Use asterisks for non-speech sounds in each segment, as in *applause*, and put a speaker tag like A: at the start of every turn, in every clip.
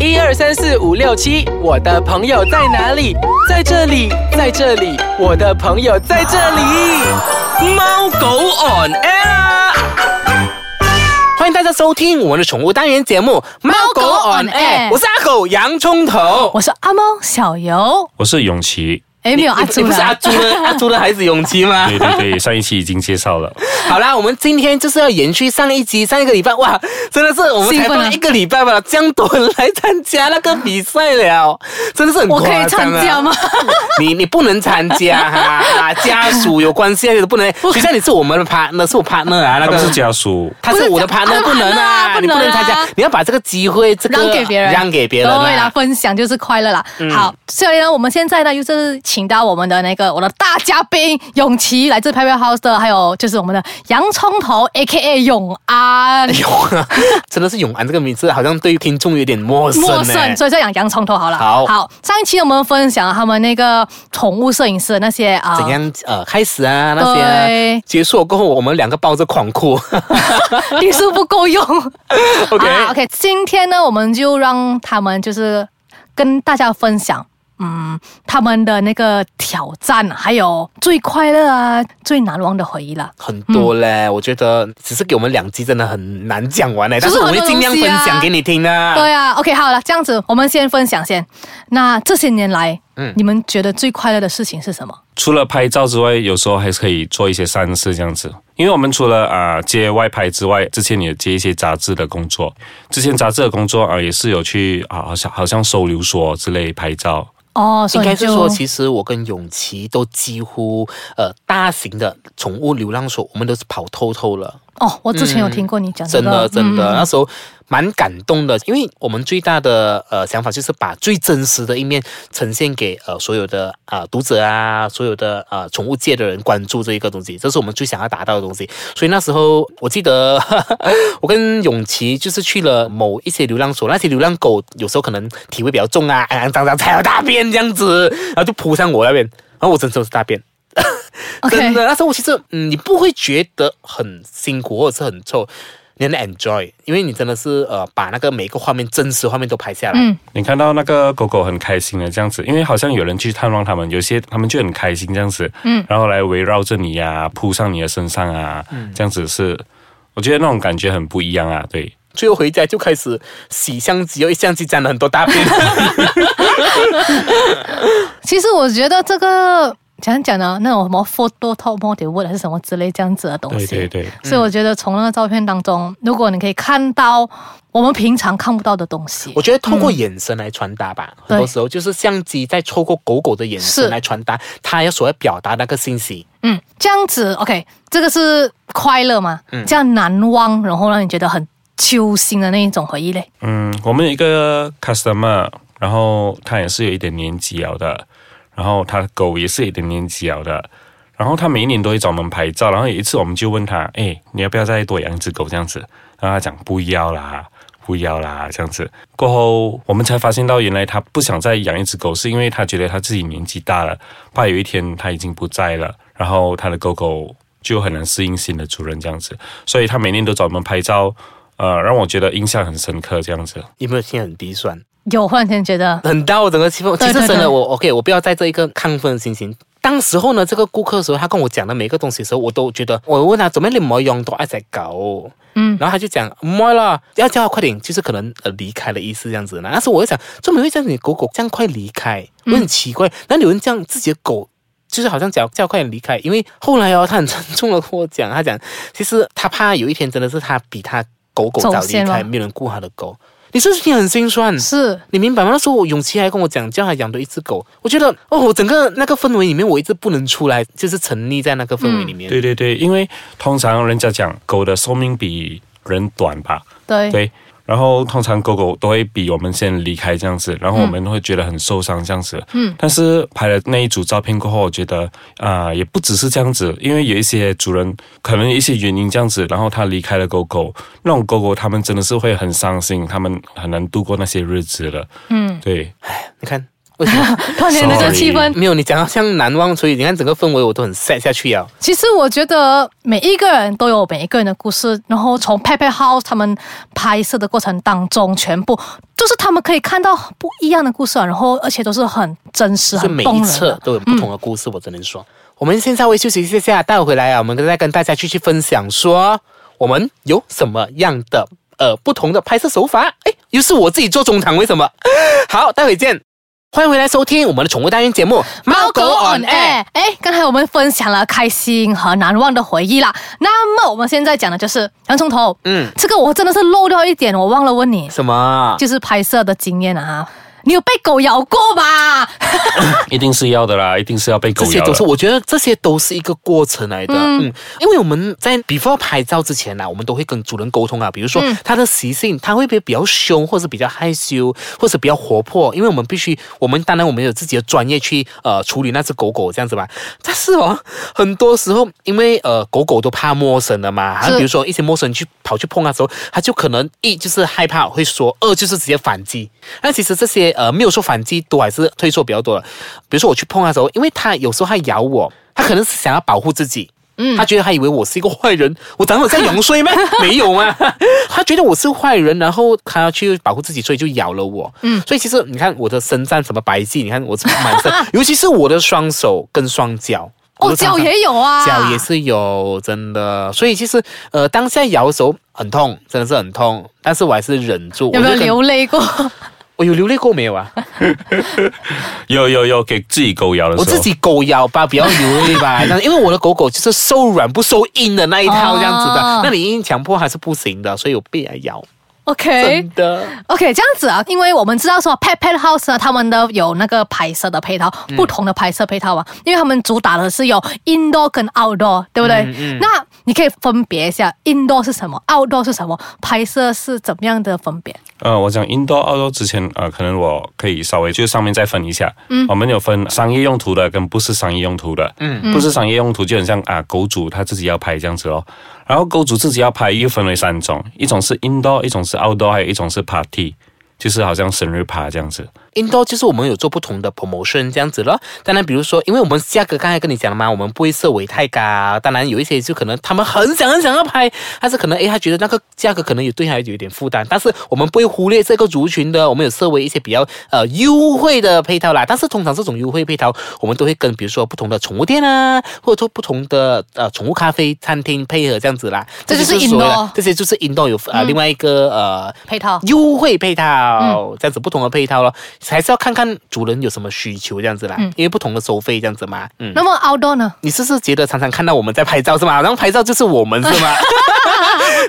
A: 一二三四五六七，我的朋友在哪里？在这里，在这里，我的朋友在这里。
B: 猫狗 on air 啊。欢迎大家收听我们的宠物单元节目《猫狗 on air》，我是阿狗洋葱头，
C: 我是阿猫小游，
D: 我是永琪。
C: 哎，没有阿
B: 你
C: 朱
B: 不是阿
C: 啦，
B: 朱的 *laughs* 阿朱的孩子永琪吗？
D: 对对对，上一期已经介绍
B: *laughs*
D: 了，
B: 好啦，我们今天就是要延续上一集，上一个礼拜哇， *laughs* 真的是我们
C: 兴
B: 才
C: 奋啊
B: 放一个礼拜吧，这样多人来参加那个比赛了，真的是很
C: 我
B: 夸
C: 可以参
B: 张啊
C: 加吗？
B: 你你不能参加哈、啊，家属有关系啊，你都不能。学校你是我们的 partner，是我 partner 啊，那
D: 他
B: 个
D: 们是家属。
B: 他是我的
C: 不是
B: partner，
C: 他
B: 不能啊，
C: partner 啊
B: 你不能
C: 不能啊
B: 参加，你要把这个机会这个
C: 让给别人，
B: 让给别人、
C: 对啦
B: 啊，。嗯
C: 分享就是快乐啦。好，所以呢，我们现在呢，就是请到我们的那个我的大嘉宾永琪，来自 p a p e House 的，还有就是我们的洋葱头 A K A 永
B: 哎
C: 安，
B: 欸真的是永安这个名字，好像对于听众有点陌生、欸。
C: 陌生，所以就讲洋葱头好了。
B: 好
C: 上一期我们分享了他们那个宠物摄影师的那些啊，
B: 怎样呃开始啊那些啊
C: 对
B: 结束了过后，我们两个抱着狂哭。 *laughs*
C: 定数不够用。
B: OK
C: 啊 OK，今天呢，我们就让他们就是跟大家分享。嗯，他们的那个挑战，还有最快乐啊、最难忘的回忆啦。
B: 很多嘞，我觉得只是给我们两集真的很难讲完嘞、但是我们会尽量分享给你听啊。
C: 对啊，OK，好了，这样子我们先分享先。那这些年来，嗯，你们觉得最快乐的事情是什么？
D: 除了拍照之外，有时候还是可以做一些善事这样子。因为我们除了啊、接外拍之外，之前也接一些杂志的工作，之前杂志的工作啊、也是有去啊，好像好像收留所之类拍照。
C: 哦，
B: 应
C: 所以
B: 该
C: 你
B: 是
C: 就
B: 说，其实我跟永琪都几乎呃大型的宠物流浪所，我们都是跑透透了，
C: 哦，我之前有听过你讲这
B: 真的
C: 个，
B: 真的，
C: 嗯
B: 那时候蛮感动的，因为我们最大的呃想法就是把最真实的一面呈现给呃所有的啊、呃读者啊，所有的呃宠物界的人关注这一个东西，这是我们最想要达到的东西。所以那时候我记得 *laughs* 我跟永琪就是去了某一些流浪所，那些流浪狗有时候可能体味比较重啊，肮肮脏脏踩到大便这样子，然后就扑上我那边，然后我真的是大便。 *laughs* 真
C: OK，
B: 的，那时候我其实，嗯，你不会觉得很辛苦或者是很臭，你能 enjoy，因为你真的是呃，把那个每一个画面真实画面都拍下来。
C: 嗯
D: 你看到那个狗狗很开心的这样子，因为好像有人去探望它们，有些它们就很开心这样子，嗯，然后来围绕着你呀、扑上你的身上啊，这样子是，我觉得那种感觉很不一样啊，对。
B: 最后回家就开始洗相机，又一相机沾了很多
C: *laughs*
B: 大便。
C: 其实我觉得这个讲讲呢，那种什么 photo top model wood 还是什么之类这样子的东西。
D: 对对对，
C: 所以
B: 嗯
C: 我觉得从那个照片当中，如果你可以看到我们平常看不到的东西
B: 我，觉得通过眼神来传达吧，很多
C: 对
B: 时候就是相机在透过狗狗的眼
C: 嗯是
B: 神来传达它要所要表达那个信息。
C: 嗯，这样子 OK，这个是快乐嘛？
B: 嗯
C: 这样难忘，然后让你觉得很揪心的那一种回忆嘞。
D: 嗯，我们有一个 customer，然后他也是有一点年纪了的，然后他的狗也是有一点年纪了的，然后他每一年都会找我们拍照，然后有一次我们就问他，哎，你要不要再多养一只狗这样子？然后他讲不要啦。不要啦，这样子过后，我们才发现到原来他不想再养一只狗，是因为他觉得他自己年纪大了，怕有一天他已经不在了，然后他的狗狗就很难适应新的主人这样子，所以他每年都找我们拍照，呃，让我觉得印象很深刻这样子。
B: 有没有听得很鼻酸？
C: 有忽然间觉得，
B: 很到整个气氛。其
C: 嗯对
B: 实
C: 对对
B: 真的，我 OK，我不要在这一个亢奋的心情。当时候呢，这个顾客的时候，他跟我讲的每一个东西的时候，我都觉得，我问他怎么你冇用到一只狗，
C: 嗯，
B: 然后他就讲没了，要叫他快点，就是可能呃离开的意思这样子呢。但是我就想，怎么会这样子，你狗狗这样快离开，
C: 嗯
B: 我很奇怪，那有人这样自己的狗。就是好像叫叫快点离开，因为后来哦，他很慎重的跟我讲，他讲其实他怕有一天真的是他比他狗狗早
C: 走
B: 离
C: 先
B: 开，
C: 了
B: 没有人顾他的狗，你是不是听得很心酸？
C: 是
B: 你明白吗？那时候我永琪还跟我讲，叫他养多一只狗。我觉得哦，我整个那个氛围里面，我一直不能出来，就是沉溺在那个氛围里面。
D: 对对对，因为通常人家讲狗的寿命比人短吧，
C: 对
D: 对。然后通常狗狗都会比我们先离开这样子，然后我们会觉得很受伤这样子。嗯。但是拍了那一组照片过后，我觉得啊、也不只是这样子，因为有一些主人可能有一些原因这样子，然后他离开了狗狗，那种狗狗他们真的是会很伤心，他们很难度过那些日子了。嗯，对。
B: 你看，为什么？
C: 突然间这个
D: Sorry
C: 气氛。
B: 没有，你讲到像难忘，所以你看整个氛围我都很 sad 下去啊。
C: 其实我觉得每一个人都有每一个人的故事，然后从 p a p e House 他们拍摄的过程当中，全部就是他们可以看到不一样的故事啊，然后而且都是很真实、
B: 就
C: 很
B: 每
C: 动
B: 一
C: 人
B: 册
C: 的。
B: 嗯都有不同的故事，我只能说。我们现在会休息一下，待会回来啊，我们再跟大家继续分享说我们有什么样的呃不同的拍摄手法。哎，又是我自己做中堂，为什么？好，待会见。欢迎回来收听我们的宠物单元节目《猫狗 on air》。
C: 哎，刚才我们分享了开心和难忘的回忆啦。那么我们现在讲的就是洋葱头，
B: 嗯，
C: 这个我真的是漏掉一点，我忘了问你，
B: 什么？
C: 就是拍摄的经验啊，你有被狗咬过吧？
D: 一定是要的啦，一定是要被狗
B: 这些
D: 咬
B: 都是，
D: 的。
B: 我觉得这些都是一个过程来的。嗯，因为我们在 before 拍照之前呢、啊我们都会跟主人沟通啊，比如说
C: 嗯
B: 他的习性，他会不会比较凶，或者比较害羞，或者比较活泼？因为我们必须，我们当然我们有自己的专业去呃处理那只狗狗这样子吧。但是哦，很多时候因为呃狗狗都怕陌生的嘛，啊
C: 是
B: 比如说一些陌生人去跑去碰它的啊时候，它就可能一就是害怕会说，二就是直接反击。那其实这些呃没有说反击，都还是退缩比较多的。比如说我去碰它的时候，因为它有时候它咬我，它可能是想要保护自己。
C: 嗯
B: 他觉得他以为我是一个坏人，我长得像羊睡吗？ *laughs* 没有啊，他觉得我是坏人，然后他要去保护自己，所以就咬了我。嗯，所以其实你看我的身上什么白迹，你看我这个
C: *laughs*
B: 满身，尤其是我的双手跟双脚。我
C: 哦，
B: 都常
C: 脚
B: 常
C: 也有啊，
B: 脚也是有，真的。所以其实呃，当下摇的时候很痛，真的是很痛，但是我还是忍住。
C: 有没有
B: 我就跟？
C: 流泪过？ *laughs*
B: 我有流泪过没有啊？
D: 有有有，给自己狗咬的时
B: 我
D: 候，
B: 自己狗咬吧，比较流泪
C: *laughs*
B: 吧。但是因为我的狗狗就是受软不受硬的那一套这样子的，
C: 哦
B: 那你硬强迫还是不行的，所以我被人咬，
C: OK
B: 真。的。
C: OK，这样子啊，因为我们知道说 Pet Pet House 呢，他们的有那个拍摄的配套，不同的拍摄配套啊，因为他们主打的是有 indoor 跟 outdoor，对不对？那你可以分别一下 indoor 是什么，outdoor 是什么，拍摄是怎么样的分别？
D: 呃，我讲 indoor、outdoor 之前，呃，可能我可以稍微就上面再分一下。嗯，我们有分商业用途的跟不是商业用途的。嗯，不是商业用途就很像啊、狗主他自己要拍这样子哦。然后狗主自己要拍又分为三种，一种是 indoor，一种是 outdoor，还有一种是 party，就是好像生日趴这样子。
B: indoor 就是我们有做不同的 promotion 这样子咯。当然，比如说，因为我们价格刚才跟你讲了嘛，我们不会设为太高。当然，有一些就可能他们很想很想要拍，但是可能诶，他觉得那个价格可能有对他有一点负担。但是我们不会忽略这个族群的，我们有设为一些比较呃优惠的配套啦。但是通常这种优惠配套，我们都会跟比如说不同的宠物店啊，或者说不同的呃宠物咖啡餐厅配合这样子啦。
C: 这就是
B: 所谓的
C: indoor
B: 这些就是 indoor 有呃、另外一个呃
C: 配套
B: 优惠配套，
C: 嗯
B: 这样子不同的配套咯，还是要看看主人有什么需求这样子啦，因为不同的收费这样子嘛。嗯，
C: 嗯那么 outdoor 呢？
B: 你是不是觉得常常看到我们在拍照是吗？然后拍照就是我们是 *laughs*
C: *laughs*
B: 吗？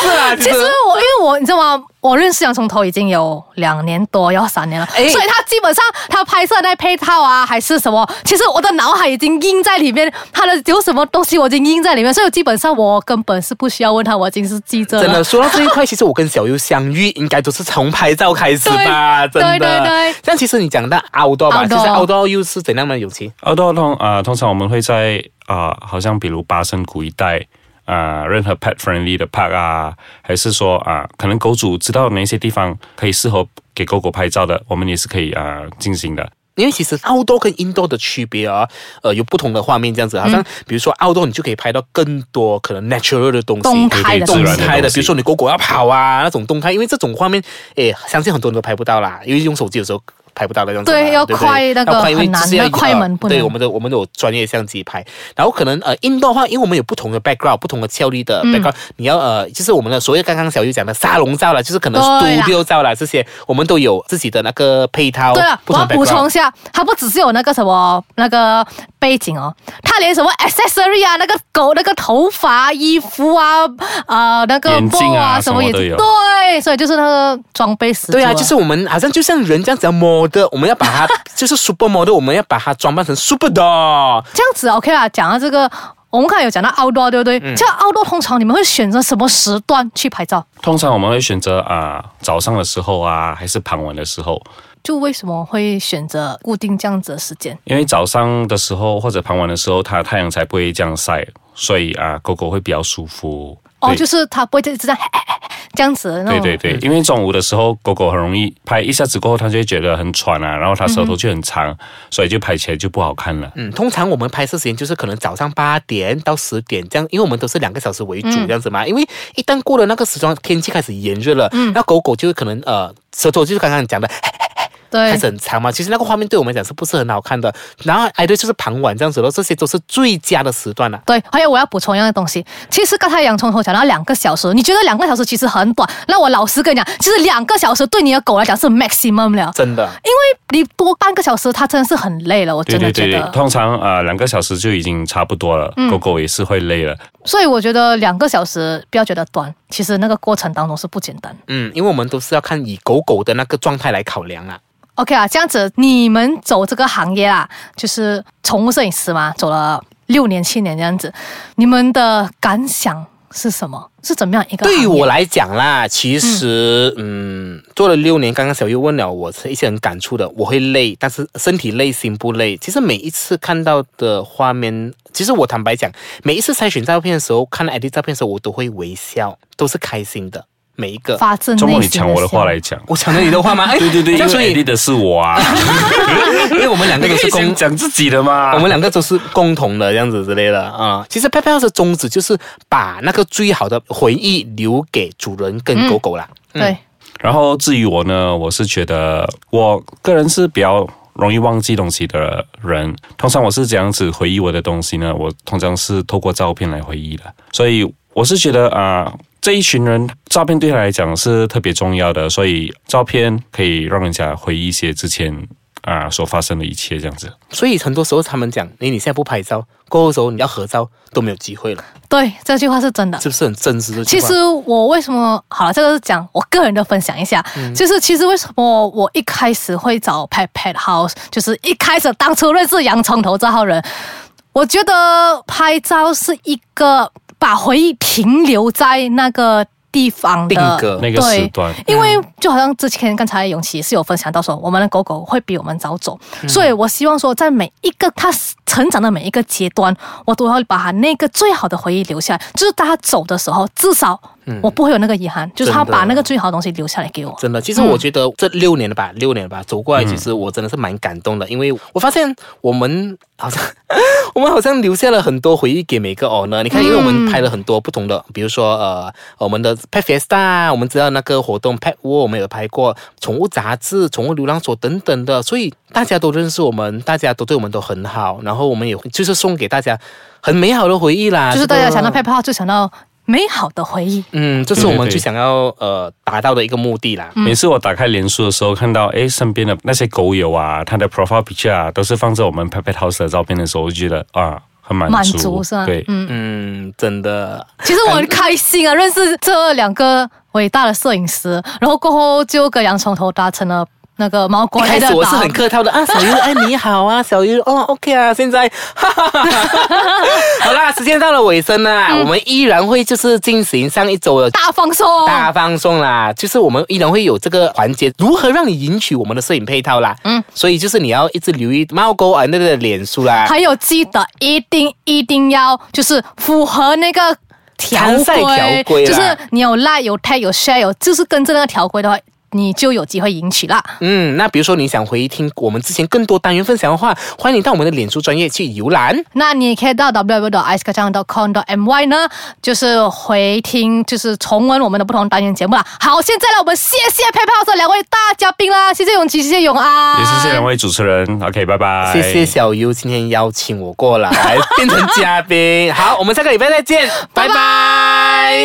B: 是啊，
C: 其实 *laughs* 我因为我你知道吗？我认识洋葱头已经有两年多，要三年了，
B: 哎
C: 所以他基本上他拍摄那配套啊，还是什么，其实我的脑海已经印在里面，他的有什么东西我已经印在里面，所以基本上我根本是不需要问他，我已经是记着了。
B: 真的说到这一块，其实我跟小优相遇，应该都是从拍照开始吧，
C: 对
B: 真的。
C: 对对对
B: 这样其实你讲到 outdoor 吧，
C: outdoor
B: 其实 outdoor 又是怎样的勇气？
D: outdoor 通啊、通常我们会在啊、好像比如巴生谷一带啊、任何 pet friendly 的 park 啊，还是说啊、可能狗主知道哪些地方可以适合给狗狗拍照的，我们也是可以啊、进行的。
B: 因为其实
C: 嗯
B: outdoor 跟 indoor 的区别啊，呃，有不同的画面这样子，好
C: 嗯
B: 像比如说 outdoor 你就可以拍到更多可能 natural 的东西，
C: 动态的
B: 动
C: 东西
D: 自然的
B: 态的，
D: 东西
B: 比如说你狗狗要跑啊那种动态，因为这种画面，诶，相信很多人都拍不到啦，因为用手机有时候。拍不到的这样子嘛，
C: 对要
B: 不
C: 快那个
B: 要快因为
C: 很难
B: 就是要
C: 那快门
B: 呃
C: 不
B: 对
C: 能
B: 我们的我们有专业相机拍，然后可能呃 indoor 的话，因为我们有不同的 background，不
C: 嗯
B: 同的效率的 background，、你要呃就是我们的所谓刚刚小玉讲的沙龙照啦，就是可能
C: 对啦
B: studio 照啦这些，我们都有自己的那个配套，
C: 对了，
B: 不
C: 我
B: 同
C: 要
B: 的
C: 补
B: background
C: 充一下，它不只是有那个什么那个背景哦，它连什么 accessory 啊，那个狗那个头发、衣服啊，呃，那个
D: 眼镜啊
C: bow
D: 什么
C: 眼
D: 都
C: 镜
D: 有
C: 对，所以就是那个装备十足了。
B: 对啊，就是我们好像就像人这样子要 model，我们要把它
C: *laughs*
B: 就是 super model，我们要把它装扮成 super doll。
C: 这样子 OK 啦。讲到这个，我们刚才有讲到 outdoor，对不
D: 嗯
C: 对？这、outdoor 通常你们会选择什么时段去拍照？
D: 通常我们会选择啊、早上的时候啊，还是傍晚的时候，
C: 就为什么会选择固定这样子的时间？
D: 因为早上的时候或者傍晚的时候，它太阳才不会这样晒，所以啊、狗狗会比较舒服。
C: 哦，
D: 对
C: 就是它不会一直这样嘿嘿嘿 *laughs* 这样子的那
D: 对
C: 种。
D: 对对，因为中午的时候狗狗很容易拍一下子过后，它就会觉得很喘啊，然后它舌头就很长，
C: 嗯
D: 所以就拍起来就不好看了。
B: 嗯，通常我们拍摄时间就是可能早上八点到十点这样，因为我们都是两个小时为主
C: 嗯
B: 这样子嘛。因为一旦过了那个时段，天气开始炎热了，
C: 嗯
B: 那狗狗就可能呃舌头就是刚刚你讲的 *laughs*
C: 对
B: 开始很长嘛。其实那个画面对我们讲是不是很好看的？然后哎对，就是傍晚这样子咯，这些都是最佳的时段了、啊
C: 对，还有我要补充一样的东西，其实刚才洋葱头讲到两个小时，你觉得两个小时其实很短，那我老实跟你讲，其实两个小时对你的狗来讲是 maximum 了，
B: 真的。
C: 因为你多半个小时它真的是很累了，我
D: 对
C: 真
D: 对
C: 的嗯
D: 对
C: 觉
D: 对
C: 得。，
D: 通常呃两个小时就已经差不多了，狗狗也是会累了。
C: 所以我觉得两个小时不要觉得短，其实那个过程当中是不简单。
B: 嗯，因为我们都是要看以狗狗的那个状态来考量啦。
C: OK 啊，这样子你们走这个行业啊，就是宠物摄影师嘛，走了六年七年这样子，你们的感想是什么？是怎么样一个？
B: 对于我，来讲啦，
D: 嗯
B: 其实嗯做了六年，刚刚小玉问了我是一些很感触的，我会累，但是身体累心不累。其实每一次看到的画面，其实我坦白讲，每一次筛选照片的时候，看 ID 照片的时候，我都会微笑，都是开心的，每一个。
C: 发自内
D: 周
C: 心
D: 末
C: 的
D: 你抢我的话
C: 笑
D: 来讲，
B: 我抢了你的
D: *laughs*
B: 话吗？哎
D: 对对对，
B: 这
D: 因
B: 样所
D: 为
B: 以
D: edit 的是
C: *laughs*
D: 我啊，
B: *laughs* 因为我们两个
D: 你 *laughs*
B: 都
D: 可
B: 是
D: 以
B: 公
D: 先讲自己的嘛。
B: 我们两个都是共同的这样子之类的啊、其实 p e p 的宗旨就是把那个最好的回忆留给主人
D: 嗯
B: 跟狗狗啦。嗯
C: 对，
D: 然后至于我呢，我是觉得我个人是比较容易忘记东西的人。通常我是这样子回忆我的东西呢，我通常是透过照片来回忆的。所以我是觉得啊、这一群人照片对他来讲是特别重要的，所以照片可以让人家回忆一些之前啊、所发生的一切这样子。
B: 所以很多时候他们讲，你你现在不拍照，过后的时候你要合照都没有机会了，
C: 对，这句话是真的。
B: 是不是很真实的？
C: 其实我为什么好了，这个是讲我个人的分享一下，
B: 嗯
C: 就是其实为什么我一开始会找 Pet Pet House，就是一开始当初认识洋葱头这号人，我觉得拍照是一个把回忆停留在那个地方的
B: 定格
D: 那个
C: 对
D: 时段，
C: 因为
B: 嗯
C: 就好像之前刚才永琪是有分享到说，我们的狗狗会比我们早走，
B: 嗯
C: 所以我希望说，在每一个它成长的每一个阶段，我都要把它那个最好的回忆留下来，就是当它走的时候，至少我不会有那个遗憾，就是它
B: 嗯真的
C: 把那个最好的东西留下来给我。
B: 真的，其实我觉得这六年了吧，六年了吧，走过
C: 嗯
B: 来，其实我真的是蛮感动的，因为我发现我们 *laughs* 好像我们好像留下了很多回忆给每个 owner。你看，因为我们拍了很多不同的，比如说呃，我们的 Pet Fiesta，我们知道那个活动 Pet World，我们有拍过宠物杂志、宠物流浪所等等的，所以大家都认识我们，大家都对我们都很好，然后我们也会就是送给大家很美好的回忆啦，
C: 就是
B: 这
C: 大
B: 个
C: 家想到 p e p a 就想到美好的回忆。
B: 嗯，这是我们
D: 对对对
B: 最想要呃达到的一个目的
C: 嗯
B: 啦。
D: 每次我打开脸书的时候，看到诶身边的那些狗友啊，他的 profile picture 啊，都是放着我们 Pet Pet House 的照片的时候，我就觉得啊，很满足，
C: 满足是吧？
D: 对，
C: 嗯，
B: 嗯，真的，
C: 其实我很开心啊，认识这两个伟大的摄影师，然后过后就跟洋葱头达成了那个毛
B: 一
C: 国
B: 开
C: 来的
B: 始我是
C: 搭
B: 很客套的啊，小鱼哎你好啊，小鱼哦 OK 啊，现在 *laughs* 哈哈哈哈，好啦，时间到了尾声啦，我们依然会就是进行上一周的。
C: 大放松，
B: 大放送啦，就是我们依然会有这个环节，如何让你赢取我们的摄影配套啦。嗯，所以就是你要一直留意猫狗啊那个脸书啦，
C: 还有记得一定一定要就是符合那个条
B: 参赛条
C: 规，
B: 规啦
C: 就是你有 like 有 tag 有 share 有，就是跟着那个条规的话，你就有机会赢取啦。
B: 嗯，那比如说你想回听我们之前更多单元分享的话，欢迎到我们的脸书专业去游览。
C: 那你也可以到 w w w i c e k a c a n g c o m m y 呢，就是回听就是重温我们的不同单元节目啦。好，现在呢，我们谢谢佩佩老师两位大嘉宾啦，谢谢永琪，谢谢永安，
D: 也谢谢两位主持人，OK，拜拜，
B: 谢谢小优今天邀请我过来变成嘉宾，好，我们下个礼拜再见，拜拜